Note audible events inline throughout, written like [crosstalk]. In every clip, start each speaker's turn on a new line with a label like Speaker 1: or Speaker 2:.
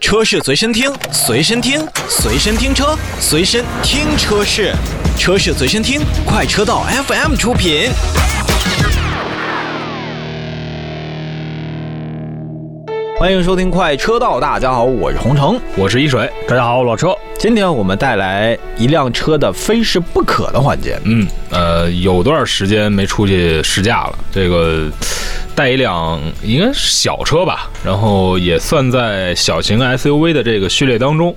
Speaker 1: 车是随身听，随身听，随身听车，随身听车是，车是随身听，快车道 FM 出品。欢迎收听快车道，大家好，我是洪城。
Speaker 2: 我是一水，大家好，我老车。
Speaker 1: 今天我们带来一辆车的非试不可的环节，
Speaker 2: 嗯，呃，有段时间没出去试驾了，这个呃带一辆应该是小车吧，然后也算在小型 SUV 的这个序列当中。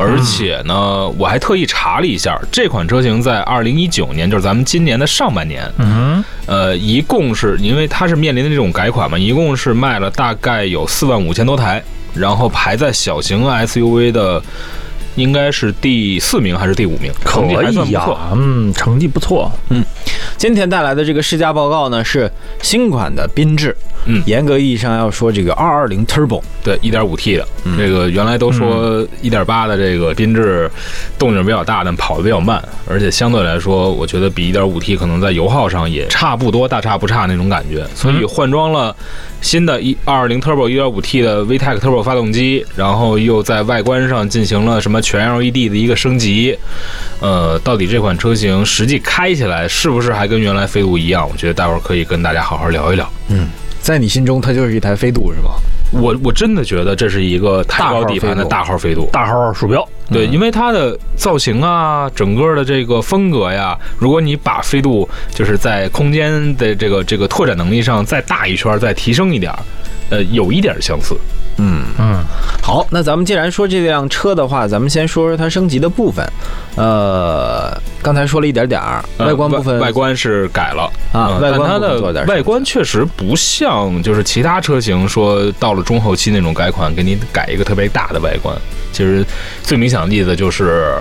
Speaker 2: 而且呢，我还特意查了一下，这款车型在二零一九年，就是咱们今年的上半年，
Speaker 3: 嗯，
Speaker 2: 呃，一共是因为它是面临的这种改款嘛，一共是卖了大概有四万五千多台，然后排在小型 SUV 的应该是第四名还是第五名，
Speaker 3: 可
Speaker 2: 成绩还算
Speaker 3: 以啊
Speaker 2: 不
Speaker 3: 呀、
Speaker 2: 错。
Speaker 3: 嗯，成绩不错。
Speaker 1: 今天带来的这个试驾报告呢是新款的缤智，
Speaker 2: 嗯
Speaker 1: 严格意义上要说这个二二零 Turbo，
Speaker 2: 对，一点五 T 的，这个原来都说一点八的这个缤智动静比较大，但跑得比较慢，而且相对来说，我觉得比一点五 T 可能在油耗上也差不多，大差不差那种感觉。所以换装了新的一二零 Turbo 一点五 T 的 VTEC Turbo 发动机，然后又在外观上进行了什么全 LED 的一个升级。呃，到底这款车型实际开起来是不是还跟原来飞度一样？我觉得待会儿可以跟大家好好聊一聊。
Speaker 1: 在你心中它就是一台飞度是吗？
Speaker 2: 我我真的觉得这是一个太高底盘的大
Speaker 1: 大
Speaker 2: 号飞度，
Speaker 3: 大号鼠标，
Speaker 2: 对，因为它的造型啊，整个的这个风格呀，如果你把飞度就是在空间的这个这个拓展能力上再大一圈儿，再提升一点儿，呃，有一点儿相似。
Speaker 3: 嗯，
Speaker 1: 好，那咱们既然说这辆车的话，咱们先说说它升级的部分。呃，刚才说了一点点儿，
Speaker 2: 呃
Speaker 1: 外观部分，
Speaker 2: 外观是改了
Speaker 1: 啊
Speaker 2: 嗯
Speaker 1: 外
Speaker 2: 但
Speaker 1: 观
Speaker 2: 它
Speaker 1: 部分做了
Speaker 2: 的
Speaker 1: 点
Speaker 2: 外观
Speaker 1: 升
Speaker 2: 确实不像就是其他车型说到了中后期那种改款，给你改一个特别大的外观。其实最明显的例子就是。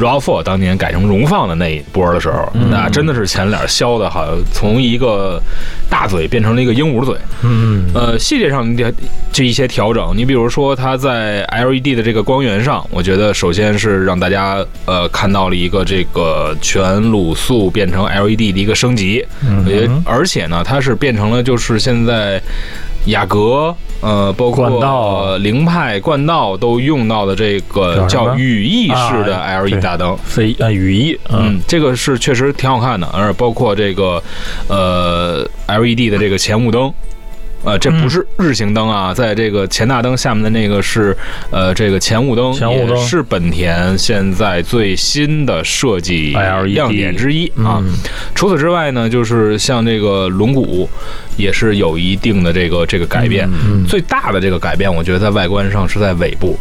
Speaker 2: RAV4 当年改成荣放的那一波的时候，
Speaker 1: 嗯
Speaker 2: 那真的是前脸削的，好像从一个大嘴变成了一个鹦鹉嘴。
Speaker 3: 嗯，
Speaker 2: 呃，细节上的这一些调整，你比如说它在 LED 的这个光源上，我觉得首先是让大家呃看到了一个这个全卤素变成 LED 的一个升级，
Speaker 3: 嗯
Speaker 2: 也而且呢，它是变成了就是现在雅阁呃包括
Speaker 3: 冠道
Speaker 2: 凌派冠道都用到的这个
Speaker 3: 叫什
Speaker 2: 叫
Speaker 3: 么
Speaker 2: 羽翼式的
Speaker 3: 啊
Speaker 2: LED
Speaker 3: 对
Speaker 2: 大灯，
Speaker 3: 飞呃羽翼，嗯
Speaker 2: 嗯，这个是确实挺好看的，而包括这个呃 LED 的这个前雾灯。呃，这
Speaker 3: 嗯
Speaker 2: 不是日行灯啊，在这个前大灯下面的那个是，呃，这个前雾灯，
Speaker 3: 前雾灯
Speaker 2: 也是本田现在最新的设计
Speaker 3: LED
Speaker 2: 亮点之一啊。
Speaker 3: E 嗯
Speaker 2: 除此之外呢，就是像这个轮毂，也是有一定的这个这个改变。
Speaker 3: 嗯
Speaker 2: 最大的这个改变，我觉得在外观上是在尾部。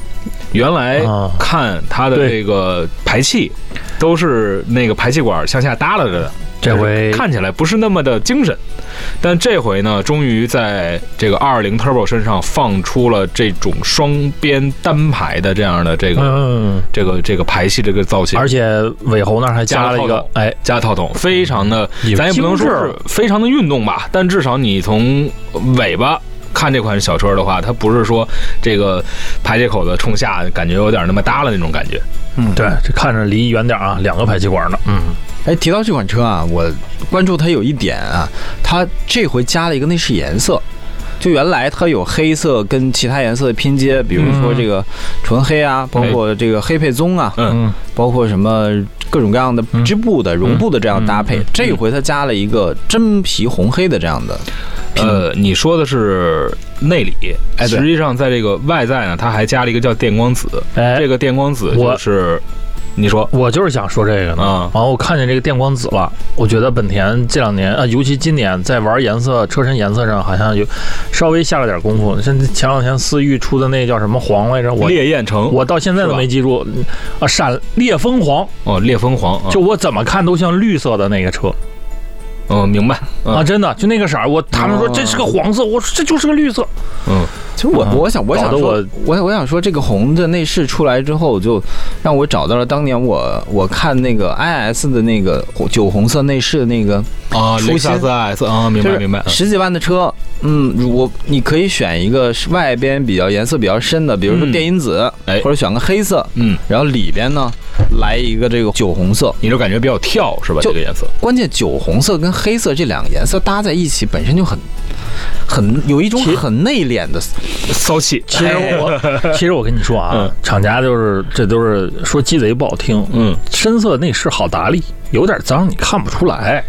Speaker 2: 原来
Speaker 3: 啊
Speaker 2: 看它的
Speaker 3: 对
Speaker 2: 这个排气，都是那个排气管向下耷拉着的，
Speaker 3: 这回
Speaker 2: 看起来不是那么的精神。但这回呢，终于在这个220 Turbo 身上放出了这种双边单排的这样的这个、
Speaker 3: 嗯，
Speaker 2: 这个这个排气这个造型
Speaker 3: 而。且尾喉那儿还加了一
Speaker 2: 加了
Speaker 3: 个
Speaker 2: 套，
Speaker 3: 哎，
Speaker 2: 加套筒非常的
Speaker 3: 也，
Speaker 2: 咱也不能说
Speaker 3: 精致
Speaker 2: 是非常的运动吧，但至少你从尾巴看这款小车的话，它不是说这个排气口子冲下感觉有点那么耷拉那种感觉。
Speaker 1: 嗯
Speaker 3: 对，这看着离远点啊，两个排气管呢，嗯，
Speaker 1: 哎，提到这款车啊，我关注它有一点啊，它这回加了一个内饰颜色。就原来它有黑色跟其他颜色的拼接，比如说这个纯黑啊，包
Speaker 2: 哎
Speaker 1: 括这个黑配棕啊，
Speaker 2: 嗯，
Speaker 1: 包括什么各种各样的织布的、绒布的
Speaker 2: 嗯
Speaker 1: 这样搭配。这回它加了一个真皮红黑的这样的，
Speaker 2: 呃，你说的是内里，
Speaker 1: 哎对
Speaker 2: 实际上在这个外在呢，它还加了一个叫电光子，
Speaker 3: 哎，
Speaker 2: 这个电光子
Speaker 3: 我
Speaker 2: 就是你说
Speaker 3: 我就是想说这个呢。
Speaker 2: 啊，
Speaker 3: 然后我看见这个电光紫了，我觉得本田这两年啊、呃尤其今年在玩颜色、车身颜色上，好像有稍微下了点功夫。像前两天思域出的那叫什么黄来着，我
Speaker 2: 烈焰橙
Speaker 3: [laughs] 我到现在都没记住，嗯啊，闪烈风黄，
Speaker 2: 哦，烈风黄啊，
Speaker 3: 就我怎么看都像绿色的那个车
Speaker 2: 嗯，明白，
Speaker 3: 啊，
Speaker 2: 嗯
Speaker 3: 真的就那个色儿。我他们说
Speaker 2: 啊
Speaker 1: 哦
Speaker 3: 这是个黄色，我说这就是个绿色。
Speaker 2: 嗯，
Speaker 1: 其实我
Speaker 3: 啊
Speaker 1: 我想我想
Speaker 3: 搞得
Speaker 1: 说
Speaker 3: 我，
Speaker 1: 我我想说这个红的内饰出来之后，就让我找到了当年我我看那个 IS 的那个红酒红色内饰的那个
Speaker 2: 啊，
Speaker 1: 出
Speaker 2: 雷克萨
Speaker 1: 新
Speaker 2: 斯 S 啊，明
Speaker 1: 就
Speaker 2: 白
Speaker 1: 是
Speaker 2: 明白，
Speaker 1: 十几万的车，嗯，如果你可以选一个是外边比较颜色比较深的，比如说
Speaker 2: 嗯
Speaker 1: 电音紫，
Speaker 2: 哎
Speaker 1: 或者选个黑色，
Speaker 2: 嗯，
Speaker 1: 然后里边呢来一个这个酒红色。
Speaker 2: 你就感觉比较跳是吧？
Speaker 1: 就
Speaker 2: 这个颜色，
Speaker 1: 关键酒红色跟黑色这两个颜色搭在一起，本身就很很有一种
Speaker 3: 其
Speaker 1: 很内敛的，
Speaker 2: 骚气，
Speaker 3: 其实
Speaker 2: [laughs]
Speaker 3: 我，其实我跟你说啊
Speaker 2: 哎嗯，
Speaker 3: 厂家就是这都是说鸡贼不好听，
Speaker 2: 嗯，
Speaker 3: 深色内饰好打理，有点脏你看不出
Speaker 2: 哎
Speaker 3: 来。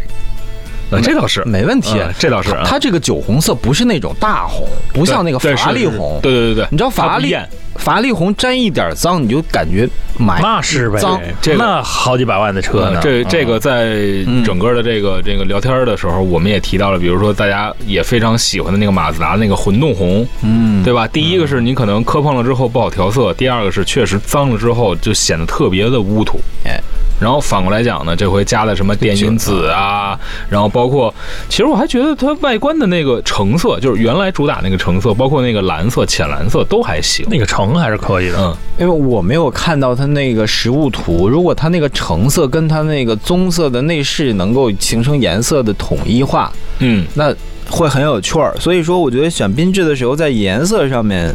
Speaker 2: 啊这倒是，
Speaker 1: 没问题。
Speaker 2: 嗯这倒是啊，
Speaker 1: 它这个酒红色不是那种大红，不像那个法
Speaker 2: 对
Speaker 1: 拉利
Speaker 2: 是是
Speaker 1: 红。
Speaker 2: 对对对对，
Speaker 1: 你知道法拉
Speaker 2: 它不
Speaker 1: 利
Speaker 2: 艳
Speaker 1: 法拉利红沾一点脏，你就感觉埋
Speaker 3: 那是呗，
Speaker 1: 脏
Speaker 2: 这个
Speaker 3: 那好几百万的车呢啊
Speaker 2: 呃，这这
Speaker 1: 啊
Speaker 2: 个在
Speaker 1: 嗯
Speaker 2: 整个的这个这个聊天儿的时候，我们也提到了，比如说大家也非常喜欢的那个马自达那个混动红，
Speaker 1: 嗯，
Speaker 2: 对吧？第一个是你可能磕碰了之后不好调色，第二个是确实脏了之后就显得特别的乌土。
Speaker 1: 哎，
Speaker 2: 然后反过来讲呢，这回加的什么电音紫啊，然后包括，其实我还觉得它外观的那个橙色，就是原来主打那个橙色，包括那个蓝色、浅蓝色都还行。
Speaker 3: 那个橙还是可以的。
Speaker 2: 嗯，
Speaker 1: 因为我没有看到它那个实物图，如果它那个橙色跟它那个棕色的内饰能够形成颜色的统一化，
Speaker 2: 嗯，
Speaker 1: 那会很有趣儿。所以说，我觉得选缤智的时候，在颜色上面，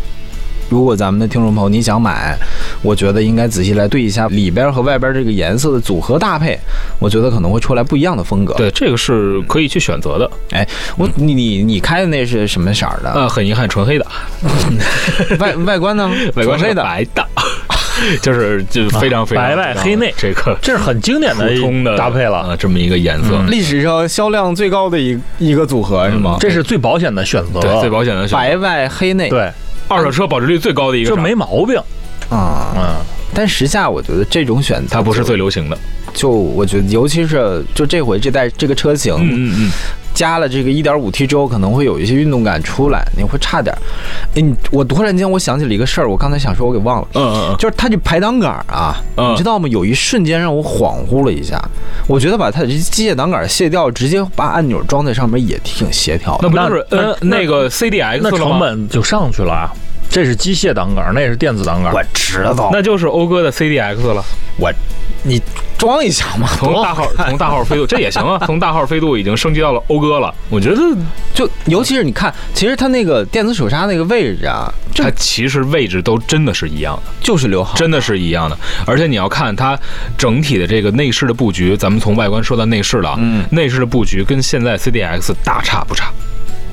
Speaker 1: 如果咱们的听众朋友你想买，我觉得应该仔细来对一下里边和外边这个颜色的组合搭配，我觉得可能会出来不一样的风格。，
Speaker 2: 对，这个是可以去选择的。
Speaker 1: 我你你你开的那是什么色儿
Speaker 3: 啊
Speaker 1: 的？
Speaker 2: 呃，很遗憾，纯黑的，
Speaker 1: 外外观呢？
Speaker 2: 嗯 [laughs] 外
Speaker 1: 纯
Speaker 2: 观是
Speaker 1: 黑的。
Speaker 2: 白的， [laughs] 就是就非常非常
Speaker 3: 啊白外黑内
Speaker 2: 这个
Speaker 3: 这是很经典
Speaker 2: 普
Speaker 3: 的
Speaker 2: 通的
Speaker 3: 搭配了，
Speaker 2: 啊，这么一个颜色。
Speaker 3: 嗯
Speaker 1: 历史上销量最高的一一个组合是吗？
Speaker 3: 这是最保险的选择。
Speaker 2: 嗯对，最保险的选择
Speaker 1: 白外黑内
Speaker 3: 对，
Speaker 2: 二手车保值率最高的一个
Speaker 3: 这
Speaker 2: 色儿，
Speaker 3: 没毛病。
Speaker 1: 啊、
Speaker 3: 嗯，
Speaker 1: 但时下我觉得这种选择
Speaker 2: 它不是
Speaker 1: 就
Speaker 2: 最流行的。
Speaker 1: 就我觉得，尤其是就这回这代这个车型、
Speaker 2: 嗯嗯
Speaker 1: 加了这个 1.5T 之后，可能会有一些运动感出来，你会差点儿。哎，你我突然间我想起了一个事儿，我刚才想说我给忘了。
Speaker 2: 嗯嗯
Speaker 1: 就是它这排挡杆儿啊，
Speaker 2: 嗯
Speaker 1: 你知道吗？有一瞬间让我恍惚了一下，我觉得把它的这机械挡杆儿卸掉，直接把按钮装在上面也挺协调的
Speaker 2: 那。不就是
Speaker 3: 那
Speaker 2: 呃
Speaker 3: 那
Speaker 2: 那个 CDX
Speaker 3: 那
Speaker 2: 了吗
Speaker 3: 成本就上去了啊。这是机械挡杆，那也是电子挡杆。
Speaker 1: 知道
Speaker 2: 那就是讴歌的 CDX 了，
Speaker 1: 装一下 [laughs] 嘛，
Speaker 2: 从
Speaker 3: 哦
Speaker 2: 大号从大号飞度这也行啊，从大号飞度已经升级到了讴歌了。我觉得
Speaker 1: 就尤其是你看，其实它那个电子手刹那个位置啊，这
Speaker 2: 它其实位置都真的是一样的，
Speaker 1: 就是刘海。
Speaker 2: 真的是一样的。而且你要看它整体的这个内饰的布局，咱们从外观说到内饰了啊，
Speaker 1: 嗯
Speaker 2: 内饰的布局跟现在 CDX 大差不差。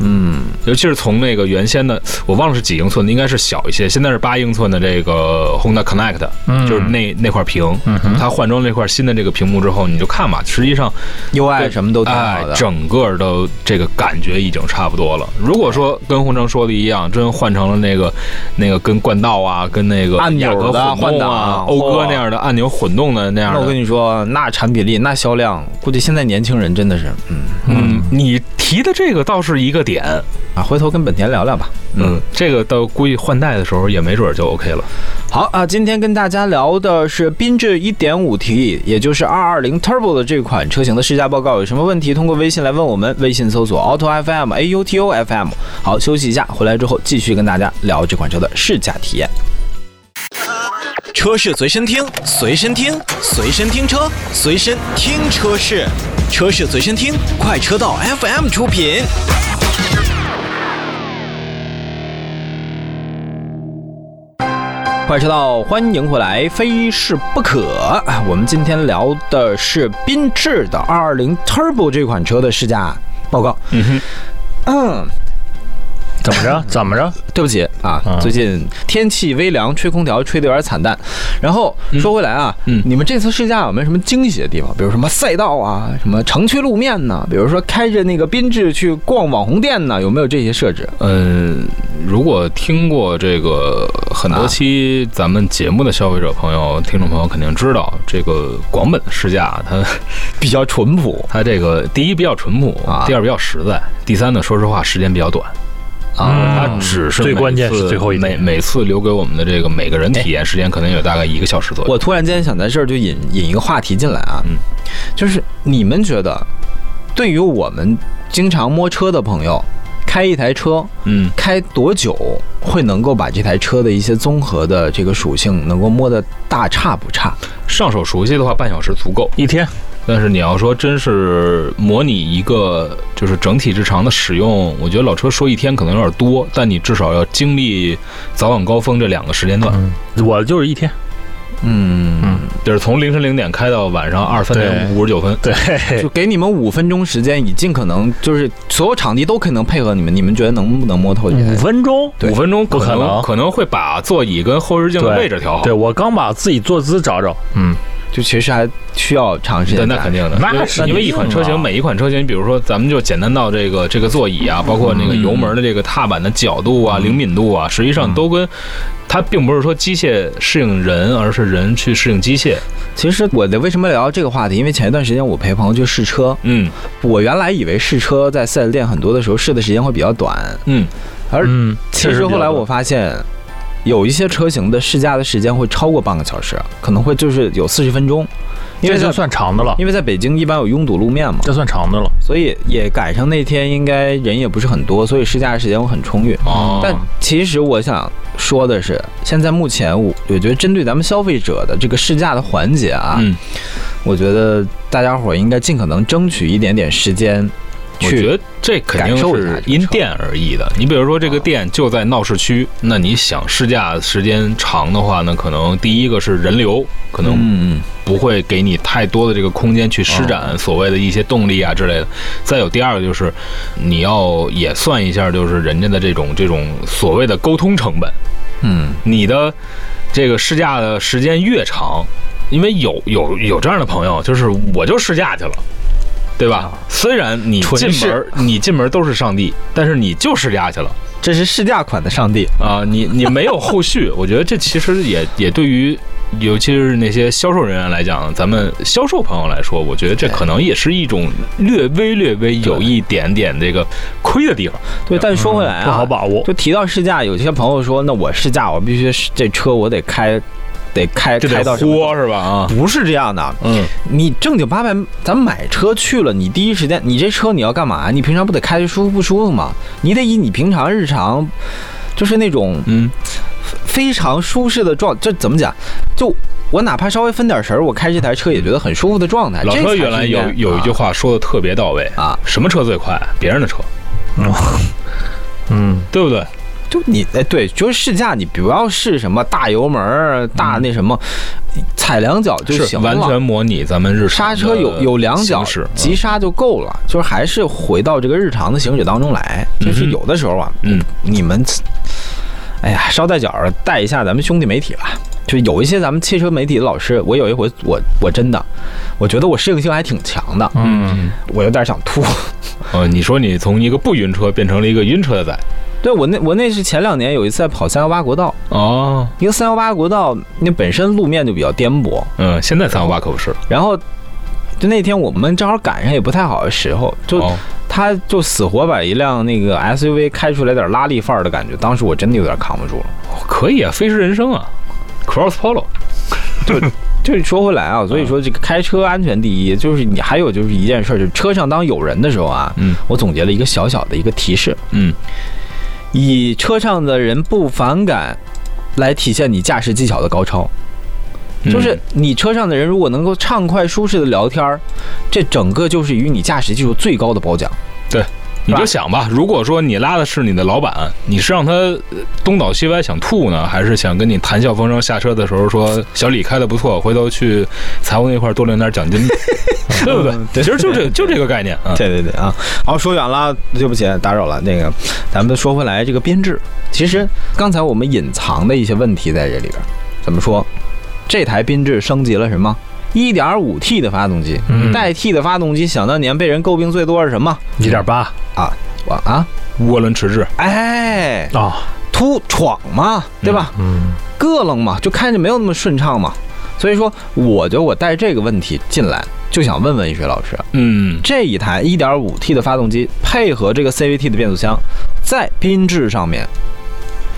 Speaker 1: 嗯，
Speaker 2: 尤其是从那个原先的，我忘了是几英寸的，应该是小一些，现在是八英寸的这个 Honda Connect，、
Speaker 3: 嗯
Speaker 2: 就是那那块屏，
Speaker 3: 嗯哼
Speaker 2: 它换装了那块新的这个屏幕之后，你就看吧，实际上，
Speaker 1: UI 什么都挺
Speaker 2: 哎
Speaker 1: 好的，，
Speaker 2: 整个的这个感觉已经差不多了。如果说跟洪城说的一样，真换成了那个那个跟冠道啊，跟那个
Speaker 1: 按钮
Speaker 2: 雅
Speaker 1: 的
Speaker 2: 阁
Speaker 1: 换
Speaker 2: 混动啊
Speaker 1: 挡，
Speaker 2: 讴
Speaker 1: 嚯
Speaker 2: 歌那样的按钮混动的那样
Speaker 1: 那我
Speaker 2: 的
Speaker 1: 跟，你说，那产品力，那销量，估计现在年轻人真的是，嗯
Speaker 2: 嗯，你提的这个倒是一个点，
Speaker 1: 啊，回头跟本田聊聊吧。
Speaker 2: 嗯，这个到估计换代的时候也没准儿就 OK 了。
Speaker 1: 好啊，今天跟大家聊的是缤智 1.5T，也就是220 Turbo 的这款车型的试驾报告。有什么问题，通过微信来问我们，微信搜索 Auto FM A U T O F M。好，休息一下，回来之后继续跟大家聊这款车的试驾体验。
Speaker 4: 车是随身听，随身听，随身听车，随身听车是，车是随身听，快车道 FM 出品。
Speaker 1: 快车道，欢迎回来，非是不可。我们今天聊的是缤智的220 Turbo 这款车的试驾报告。
Speaker 2: 嗯哼。
Speaker 1: 嗯，
Speaker 3: 怎么着？怎么着？
Speaker 1: 对不起啊，
Speaker 3: 嗯
Speaker 1: 最近天气微凉，吹空调吹得有点惨淡。然后说回来啊，
Speaker 2: 嗯
Speaker 1: 你们这次试驾有没有什么惊喜的地方？比如什么赛道啊，什么城区路面呐，比如说开着那个缤智去逛网红店呐，有没有这些设置？
Speaker 2: 嗯，如果听过这个很
Speaker 1: 啊
Speaker 2: 多期咱们节目的消费者朋友、听众朋友肯定知道，这个广本试驾它
Speaker 1: 比较淳朴
Speaker 2: 它这个第一比较淳朴
Speaker 1: 啊，
Speaker 2: 第二比较实在，第三呢，说实话时间比较短，
Speaker 1: 啊。
Speaker 2: 它只是
Speaker 3: 嗯最
Speaker 2: 每
Speaker 3: 关键
Speaker 2: 次
Speaker 3: 是最后一哎
Speaker 2: 每
Speaker 3: 天
Speaker 2: 每次留给我们的这个每个人体验时间可能有大概一个小时左右。
Speaker 1: 我突然间想在这儿就引引一个话题进来啊，
Speaker 2: 嗯
Speaker 1: 就是你们觉得，对于我们经常摸车的朋友，开一台车
Speaker 2: 嗯，
Speaker 1: 开多久会能够把这台车的一些综合的这个属性能够摸得大差不差？
Speaker 2: 上手熟悉的话，半小时足够。
Speaker 3: 一天
Speaker 2: 但是你要说真是模拟一个就是整体日常的使用，我觉得老车说一天可能有点多，但你至少要经历早晚高峰这两个时间
Speaker 3: 嗯
Speaker 2: 段，
Speaker 3: 我就是一天，
Speaker 1: 嗯，
Speaker 2: 就是从凌晨零点开到晚上二三点五十九分。 [laughs]
Speaker 3: 对，
Speaker 1: 就给你们五分钟时间，以尽可能就是所有场地都可能配合你们，你们觉得能不能摸透这
Speaker 3: 五
Speaker 1: 件事？
Speaker 3: 分钟。
Speaker 1: 对
Speaker 2: 五分钟可
Speaker 3: 不可能
Speaker 2: 可能会把座椅跟后视镜的
Speaker 3: 对
Speaker 2: 位置调好。
Speaker 3: 对，我刚把自己坐姿找找，嗯，
Speaker 1: 就其实还需要长时
Speaker 2: 对，
Speaker 1: 间。
Speaker 2: 那肯定的，
Speaker 3: 那
Speaker 2: 因为
Speaker 3: 是
Speaker 2: 因为一款车
Speaker 3: 一定
Speaker 1: 嗯
Speaker 2: 型，
Speaker 3: 的
Speaker 2: 每一款车型，比如说咱们就简单到这个这个座椅啊，包括那
Speaker 1: 嗯
Speaker 2: 个油门的这个踏板的角度啊、灵敏度啊，实际上都跟它并不是说机械适应人，而是人去适应机械。嗯
Speaker 1: 其实我的为什么聊这个话题？因为前一段时间我陪朋友去试车，
Speaker 2: 嗯
Speaker 1: 我原来以为试车在 4S 店很多的时候试的时间会比较短，
Speaker 2: 嗯，
Speaker 1: 而
Speaker 3: 嗯，
Speaker 1: 其
Speaker 3: 确
Speaker 1: 实
Speaker 3: 比
Speaker 1: 后
Speaker 3: 较
Speaker 1: 来
Speaker 3: 多
Speaker 1: 我发现，有一些车型的试驾的时间会超过半个小时，可能会就是有四十分钟，因
Speaker 3: 这
Speaker 1: 为在
Speaker 3: 就算长的了，
Speaker 1: 因为在北京一般有拥堵路面嘛，
Speaker 3: 这算长的了。
Speaker 1: 所以也赶上那天应该人也不是很多，所以试驾的时间会很充裕。
Speaker 2: 哦，
Speaker 1: 但其实我想说的是，现在目前我我觉得针对咱们消费者的这个试驾的环节啊，
Speaker 2: 嗯，
Speaker 1: 我觉得大家伙儿应该尽可能争取一点点时间
Speaker 2: 我觉
Speaker 1: 去
Speaker 2: 得这肯定
Speaker 1: 感受一下这
Speaker 2: 是
Speaker 1: 个
Speaker 2: 因
Speaker 1: 车啊
Speaker 2: 店而异的。你比如说这个店就在闹市区，那你想试驾时间长的话呢，可能第一个是人流，可能
Speaker 1: 嗯嗯
Speaker 2: 不会给你太多的这个空间去施展所谓的一些动力啊之类的。再有第二个就是，你要也算一下，就是人家的这种这种所谓的沟通成本，
Speaker 1: 嗯，
Speaker 2: 你的这个试驾的时间越长，因为有有有这样的朋友，就是我就试驾去了。对吧？虽然你
Speaker 1: 纯
Speaker 2: 进门
Speaker 1: 是
Speaker 2: 你进门都是上帝，但是你就试驾去了
Speaker 1: 这是试驾款的上帝。
Speaker 2: 啊、你你没有后续，我觉得这其实也也对于，尤其是那些销售人员来讲，咱们销售朋友来说，我觉得这可能也是一种略微略微有一点点这个亏的地方。
Speaker 1: 对，但说回来啊，
Speaker 2: 嗯
Speaker 3: 不好把握。
Speaker 1: 就提到试驾，有些朋友说，那我试驾，我必须是这车我得开，得开
Speaker 2: 这
Speaker 1: 开
Speaker 2: 得
Speaker 1: 到什么
Speaker 2: 豁是吧？啊，
Speaker 1: 不是这样的，
Speaker 2: 嗯，
Speaker 1: 你正经八百，咱买车去了，你第一时间，你这车你要干嘛？你平常不得开的舒服不舒服吗？你得以你平常日常，就是那种
Speaker 2: 嗯，
Speaker 1: 非常舒适的状，这怎么讲？就我哪怕稍微分点神儿，我开这台车也觉得很舒服的状态。
Speaker 2: 老
Speaker 1: 啊这才
Speaker 2: 车
Speaker 1: 是啊
Speaker 2: 原来有
Speaker 1: 应该
Speaker 2: 有一句话说的特别到位，
Speaker 1: 啊，
Speaker 2: 什么车最快？别人的车，
Speaker 3: 嗯，
Speaker 2: 对不对？
Speaker 1: 就你哎对，就是试驾，你不要试什么大油门儿、大那什么，踩两脚就是行了。
Speaker 2: 完全模拟咱们日常
Speaker 1: 刹
Speaker 2: 的嗯
Speaker 1: 车有有两脚
Speaker 2: 行驶，
Speaker 1: 急刹就够了，就是还是回到这个日常的行驶当中来。就是有的时候啊，
Speaker 2: 嗯，
Speaker 1: 你们，哎呀，捎带脚儿带一下咱们兄弟媒体吧。就有一些咱们汽车媒体的老师，我有一回我我真的，我觉得我适应性还挺强的，
Speaker 3: 嗯，
Speaker 1: 我有点想吐。 [laughs]
Speaker 2: 呃，你说你从一个不晕车变成了一个晕车的仔，
Speaker 1: 对我那我那是前两年有一次在跑三幺八国道，
Speaker 2: 哦，
Speaker 1: 因为三幺八国道那本身路面就比较颠簸，
Speaker 2: 嗯，现在
Speaker 1: 哦
Speaker 2: 三幺八可不是了，
Speaker 1: 然后就那天我们正好赶上也不太好的时候，就
Speaker 2: 哦
Speaker 1: 他就死活把一辆那个 SUV 开出来点拉力范儿的感觉，当时我真的有点扛不住了。
Speaker 2: 可以啊，飞驰人生啊，Cross Polo，
Speaker 1: 就是说回来啊，
Speaker 2: 嗯
Speaker 1: 所以说这个开车安全第一，就是你还有就是一件事儿，就是车上当有人的时候啊，
Speaker 2: 嗯
Speaker 1: 我总结了一个小小的一个提示，
Speaker 2: 嗯，
Speaker 1: 以车上的人不反感来体现你驾驶技巧的高超。
Speaker 2: 嗯
Speaker 1: 就是你车上的人如果能够畅快舒适的聊天儿，这整个就是与你驾驶技术最高的褒奖。
Speaker 2: 你就想吧，如果说你拉的是你的老板，你是让他呃东倒西歪想吐呢，还是想跟你谈笑风生？下车的时候说小李开的不错，回头去财务那块儿多领点奖 [laughs] 金，对嗯不对？其实就这就这个概念啊。
Speaker 1: 对对对啊，好，说远了，对不起，打扰了。那个，咱们说回来这个编制，其实刚才我们隐藏的一些问题在这里边儿，怎么说？这台缤智升级了什么？1 5 T 的发动机，
Speaker 3: 嗯
Speaker 1: 代替的发动机，想当年被人诟病最多是什么？
Speaker 3: 一点八啊
Speaker 1: 我啊，
Speaker 2: 涡轮迟滞，
Speaker 1: 哎，，突闯嘛，对吧？
Speaker 3: 啊嗯，
Speaker 1: 咯楞嘛，就看着没有那么顺畅嘛。所以说，我觉得我带这个问题进来，就想问问一水老师，
Speaker 2: 嗯，
Speaker 1: 这一台 1.5T 的发动机配合这个 CVT 的变速箱，在缤智上面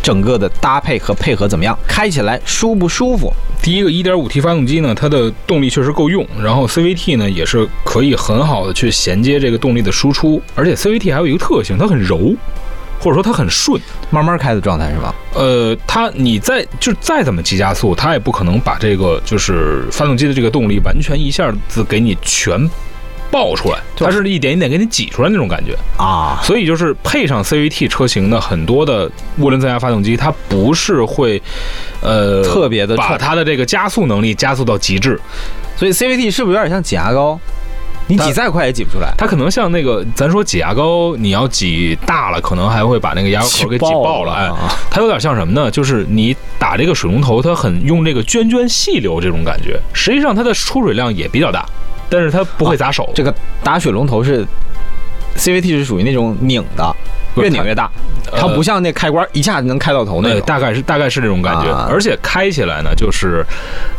Speaker 1: 整个的搭配和配合怎么样？开起来舒不舒服？
Speaker 2: 第一个 1.5T 发动机呢，它的动力确实够用，然后 CVT 呢也是可以很好的去衔接这个动力的输出，而且 CVT 还有一个特性，它很柔，或者说它很顺。
Speaker 1: 慢慢开的状态是吧？
Speaker 2: 呃，它你再就是再怎么急加速，它也不可能把这个就是发动机的这个动力完全一下子给你全爆出来，
Speaker 1: 就
Speaker 2: 它是一点一点给你挤出来那种感觉。
Speaker 1: 啊，
Speaker 2: 所以就是配上 CVT 车型的很多的涡轮增压发动机，它不是会呃
Speaker 1: 特别的
Speaker 2: 把
Speaker 1: 冲。
Speaker 2: 它的这个加速能力加速到极致。
Speaker 1: 所以 CVT 是不是有点像挤牙膏？你挤
Speaker 2: 它
Speaker 1: 再快也挤不出来。
Speaker 2: 它可能像那个，咱说挤牙膏，你要挤大了，可能还会把那个牙膏口给挤爆了。哎，
Speaker 1: 啊
Speaker 2: 它有点像什么呢？就是你打这个水龙头，它很用这个涓涓细流这种感觉。实际上它的出水量也比较大，但是它不会砸手。
Speaker 1: 啊这个打水龙头是 CVT 是属于那种拧的，
Speaker 2: 不是
Speaker 1: 越拧越大，
Speaker 2: 呃
Speaker 1: 它不像那开关一下就能开到头那
Speaker 2: 对，
Speaker 1: 种。
Speaker 2: 大概是大概是这种感觉，
Speaker 1: 啊
Speaker 2: 而且开起来呢，就是，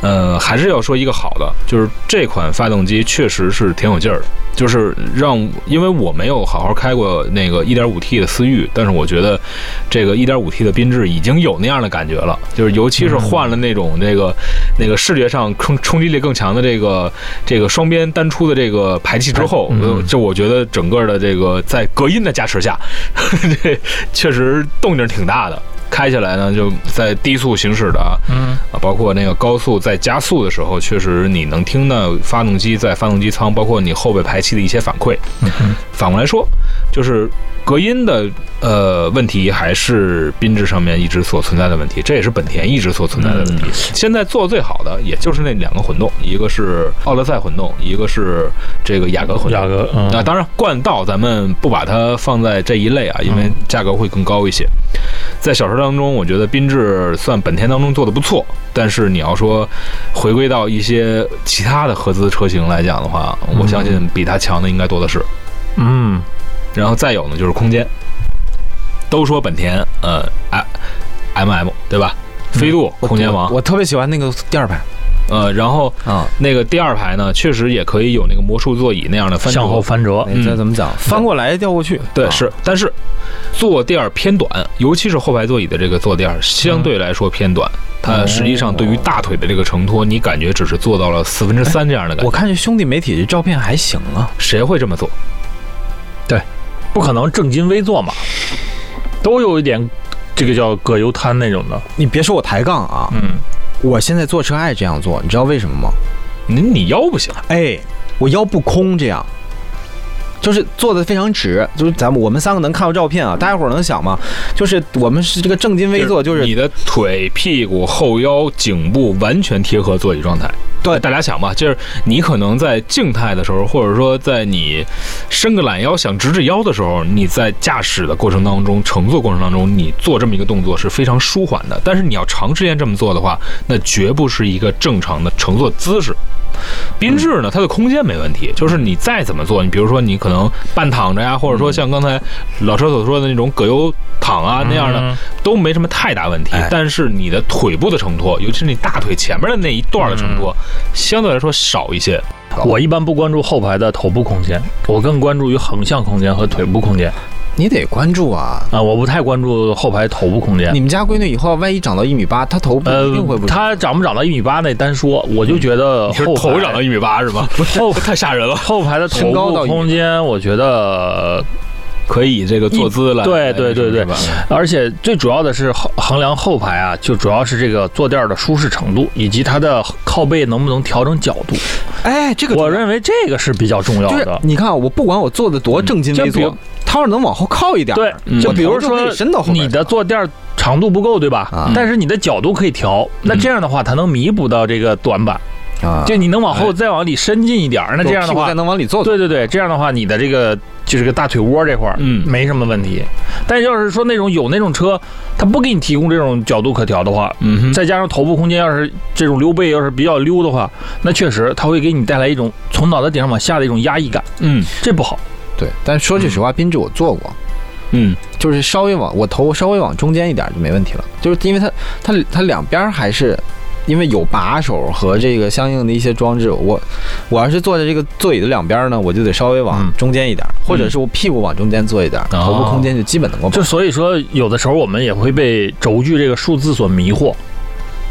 Speaker 2: 呃，还是要说一个好的，就是这款发动机确实是挺有劲儿的，就是让，因为我没有好好开过那个 1.5T 的思域，但是我觉得这个 1.5T 的缤智已经有那样的感觉了，就是尤其是换了那种那个、那个视觉上冲冲击力更强的这个这个双边单出的这个排气之后，
Speaker 3: 嗯
Speaker 2: 呃这我觉得整个的这个在隔音的加持下， [laughs] 这确实动静挺大的。开起来呢，就在低速行驶的啊，
Speaker 3: 嗯，
Speaker 2: 啊，包括那个高速在加速的时候，确实你能听到发动机在发动机舱，包括你后备排气的一些反馈。
Speaker 3: 嗯
Speaker 2: 反过来说，就是隔音的呃问题，还是缤智上面一直所存在的问题，这也是本田一直所存在的问
Speaker 3: 嗯
Speaker 2: 题。现在做最好的也就是那两个混动，一个是奥德赛混动，一个是这个雅阁混动
Speaker 3: 雅。阁，嗯，
Speaker 2: 啊，当然，冠道咱们不把它放在这一类啊，因为价格会更高一些。在小车当中，我觉得缤智算本田当中做的不错，但是你要说回归到一些其他的合资车型来讲的话，我相信比它强的应该多的是。
Speaker 3: 嗯，
Speaker 2: 然后再有呢，就是空间。都说本田，呃，M M 对吧？飞度空间王，
Speaker 1: 我特别喜欢那个第二排
Speaker 2: 呃，然后
Speaker 1: 啊，
Speaker 2: 那个第二排呢，确实也可以有那个魔术座椅那样的翻
Speaker 3: 向后
Speaker 2: 折，
Speaker 3: 翻折，
Speaker 1: 那这
Speaker 2: 嗯
Speaker 1: 怎么讲？翻过来掉过去，
Speaker 2: 对，
Speaker 1: 啊
Speaker 2: 是，但是坐垫儿偏短，尤其是后排座椅的这个坐垫儿相对来说偏短，它实际上对于大腿的这个承托，你感觉只是做到了四分之三这样的感
Speaker 1: 我
Speaker 2: 觉，
Speaker 1: 看这兄弟媒体这照片还行啊，
Speaker 2: 谁会这么做？
Speaker 3: 不可能正襟危坐嘛，都有一点这个叫葛优瘫那种的，
Speaker 1: 你别说我抬杠啊，
Speaker 3: 嗯，
Speaker 1: 我现在坐车爱这样做，你知道为什么吗？
Speaker 2: 你你腰不行，
Speaker 1: 哎，我腰不空这样。就是坐的非常直，就是咱们我们三个能看到照片啊，大家伙儿能想吗？就是我们是这个正襟危坐，就是
Speaker 2: 你的腿、屁股、后腰、颈部完全贴合座椅状态。
Speaker 1: 对
Speaker 2: 大家想吧，就是你可能在静态的时候，或者说在你伸个懒腰想直直腰的时候，你在驾驶的过程当中、乘坐过程当中，你做这么一个动作是非常舒缓的。但是你要长时间这么做的话，那绝不是一个正常的乘坐姿势。缤智呢，它的空间没问题，就是你再怎么做，你比如说你可能半躺着呀，或者说像刚才老车所说的那种葛优躺啊那样的，
Speaker 3: 嗯
Speaker 2: 都没什么太大问题
Speaker 1: 哎。
Speaker 2: 但是你的腿部的承托，尤其是你大腿前面的那一段的承托，相对来说少一些。
Speaker 3: 我一般不关注后排的头部空间，我更关注于横向空间和腿部空间
Speaker 1: 你得关注啊。
Speaker 3: 啊，我不太关注后排头部空间
Speaker 1: 你。们家闺女以后万一长到一米八，她头部
Speaker 3: 呃
Speaker 1: 一定会不，行。
Speaker 3: 他长不长到一米八那单说，我就觉得
Speaker 2: 你是
Speaker 3: 后排
Speaker 2: 头长到一米八是吧？[laughs]
Speaker 3: 后
Speaker 2: 太吓人了。
Speaker 3: 后排的头
Speaker 1: 身高
Speaker 3: 部
Speaker 1: 到一米
Speaker 3: 空间，我觉得
Speaker 2: 可以以这个坐姿来，
Speaker 3: 对对对对
Speaker 2: 是吧
Speaker 3: 而且最主要的是衡衡量后排啊，就主要是这个坐垫儿的舒适程度，以及它的靠背能不能调整角度。
Speaker 1: 哎，这个
Speaker 3: 我认为这个是比较重要
Speaker 1: 就是
Speaker 3: 的。
Speaker 1: 你看，我不管我坐的多正襟危
Speaker 3: 就比
Speaker 1: 坐
Speaker 3: 如，
Speaker 1: 她要是能往后靠一点儿，
Speaker 3: 对，就
Speaker 1: 我
Speaker 3: 比
Speaker 1: 头
Speaker 3: 如
Speaker 1: 就可以
Speaker 3: 说
Speaker 1: 伸到后边
Speaker 3: 你的坐垫儿长度不够，对吧？
Speaker 1: 啊
Speaker 3: 但是你的角度可以调，那这样的话它能弥补到这个短板，
Speaker 1: 啊，
Speaker 3: 就你能
Speaker 2: 哎
Speaker 3: 往后再往里伸进一点儿。那这样的
Speaker 1: 屁股
Speaker 3: 话
Speaker 1: 再，能往里坐坐。
Speaker 3: 对对对，这样的话你的这个就是个大腿窝这块儿，
Speaker 2: 嗯
Speaker 3: 没什么问题。但要是说那种有那种车，它不给你提供这种角度可调的话，
Speaker 2: 嗯哼，
Speaker 3: 再加上头部空间要是这种溜背要是比较溜的话，那确实它会给你带来一种从脑袋顶上往下的一种压抑感，
Speaker 2: 嗯
Speaker 3: 这不好。
Speaker 1: 对，但说句实话，缤智我坐过，
Speaker 2: 嗯，
Speaker 1: 就是稍微往我头稍微往中间一点就没问题了，就是因为它它它两边还是因为有把手和这个相应的一些装置，我我要是坐在这个座椅的两边呢，我就得稍微往
Speaker 3: 嗯
Speaker 1: 中间一点，或者是我屁股往中间坐一点，
Speaker 2: 哦
Speaker 1: 头部空间就基本能够保。
Speaker 3: 就所以说，有的时候我们也会被轴距这个数字所迷惑。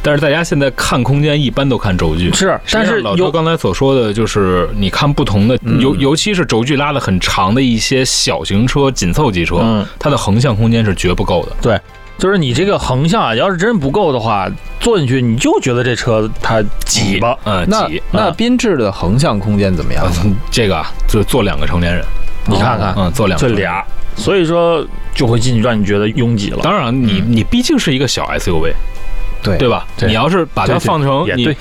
Speaker 2: 但是大家现在看空间一般都看轴距，
Speaker 3: 是，但
Speaker 2: 实际
Speaker 3: 是
Speaker 2: 上老周
Speaker 3: 有
Speaker 2: 刚才所说的就是，你看不同的，尤、尤其是轴距拉的很长的一些小型车、紧凑级车，
Speaker 3: 嗯
Speaker 2: 它的横向空间是绝不够的。
Speaker 3: 就是你这个横向啊，要是真不够的话，坐进去你就觉得这车它挤吧。
Speaker 2: 嗯，
Speaker 1: 那
Speaker 2: 挤。
Speaker 1: 那缤智的横向空间怎么样哦
Speaker 2: 啊？ [laughs] 这个啊，就坐两个成年人，
Speaker 3: 你看看
Speaker 2: 嗯，坐两个
Speaker 3: 这
Speaker 2: 成年人。
Speaker 3: 俩，所以说就会进去让你觉得拥挤了。嗯
Speaker 2: 当然，你你毕竟是一个小 SUV，
Speaker 1: 对
Speaker 2: 对吧？
Speaker 3: 对
Speaker 2: 你要是把它
Speaker 3: 对对
Speaker 2: 放成
Speaker 3: 也
Speaker 2: 你
Speaker 3: 对，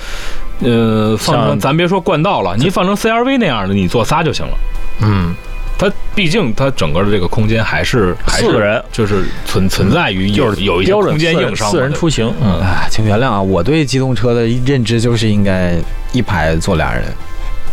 Speaker 2: 呃，放成
Speaker 3: 像
Speaker 2: 咱别说冠道了，你放成 CRV 那样的，你坐仨就行了。
Speaker 3: 嗯，
Speaker 2: 它毕竟它整个的这个空间还是还
Speaker 3: 四个
Speaker 2: 是
Speaker 3: 人
Speaker 2: 就是存存在于有有一些
Speaker 3: 标准
Speaker 2: 空间
Speaker 3: 四人
Speaker 2: 硬伤嘛。
Speaker 3: 四人
Speaker 2: 对吧
Speaker 3: 出行，嗯，
Speaker 1: 啊，请原谅啊，我对机动车的认知就是应该一排坐俩人，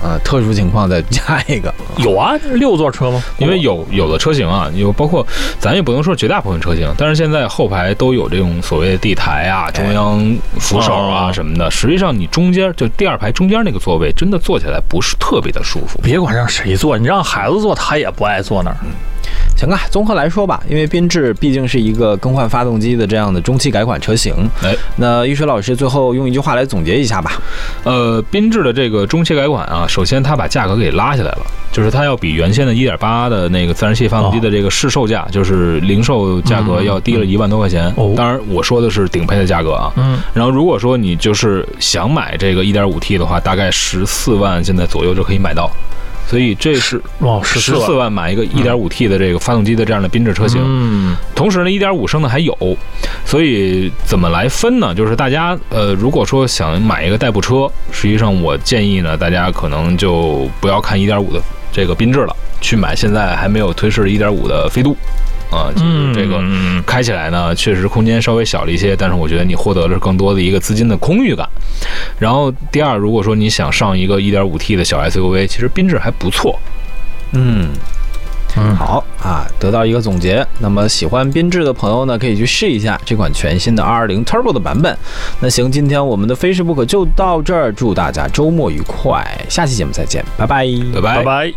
Speaker 1: 呃，特殊情况再加一个。
Speaker 3: 有啊，六座车吗？
Speaker 2: 因为有有的车型啊，有包括咱也不能说绝大部分车型，但是现在后排都有这种所谓的地台啊、中央扶手啊
Speaker 3: 哎哦
Speaker 2: 什么的。实际上，你中间就第二排中间那个座位，真的坐起来不是特别的舒服。
Speaker 3: 别管让谁坐，你让孩子坐，他也不爱坐那儿。
Speaker 1: 行啊，综合来说吧，因为缤智毕竟是一个更换发动机的这样的中期改款车型。
Speaker 2: 哎，
Speaker 1: 那玉水老师最后用一句话来总结一下吧。
Speaker 2: 呃，缤智的这个中期改款啊，首先它把价格给拉下来了，就是它要比原先的1.8的那个自然吸气发动机的这个市售价，就是零售价格要低了一万多块钱。
Speaker 3: 哦
Speaker 2: 当然，我说的是顶配的价格啊。
Speaker 3: 嗯，
Speaker 2: 然后，如果说你就是想买这个 1.5T 的话，大概十四万现在左右就可以买到。所以这是
Speaker 3: 哦，
Speaker 2: 十
Speaker 3: 四
Speaker 2: 四万买一个 1.5T 的这个发动机的这样的缤智车型。
Speaker 3: 嗯，
Speaker 2: 同时呢，一点五升的还有，所以怎么来分呢？就是大家呃，如果说想买一个代步车，实际上我建议呢，大家可能就不要看一点五的这个缤智了，去买现在还没有推示一点五的飞度，啊，就是
Speaker 3: 嗯，
Speaker 2: 这个
Speaker 3: 嗯
Speaker 2: 开起来呢，确实空间稍微小了一些，但是我觉得你获得了更多的一个资金的空域感。然后第二，如果说你想上一个 1.5T 的小 SUV，其实缤智还不错，
Speaker 1: 嗯，
Speaker 3: 嗯
Speaker 1: 好啊，得到一个总结。那么喜欢缤智的朋友呢，可以去试一下这款全新的220 Turbo 的版本。那行，今天我们的非试不可就到这儿，祝大家周末愉快，下期节目再见，拜拜，
Speaker 2: 拜
Speaker 3: 拜拜。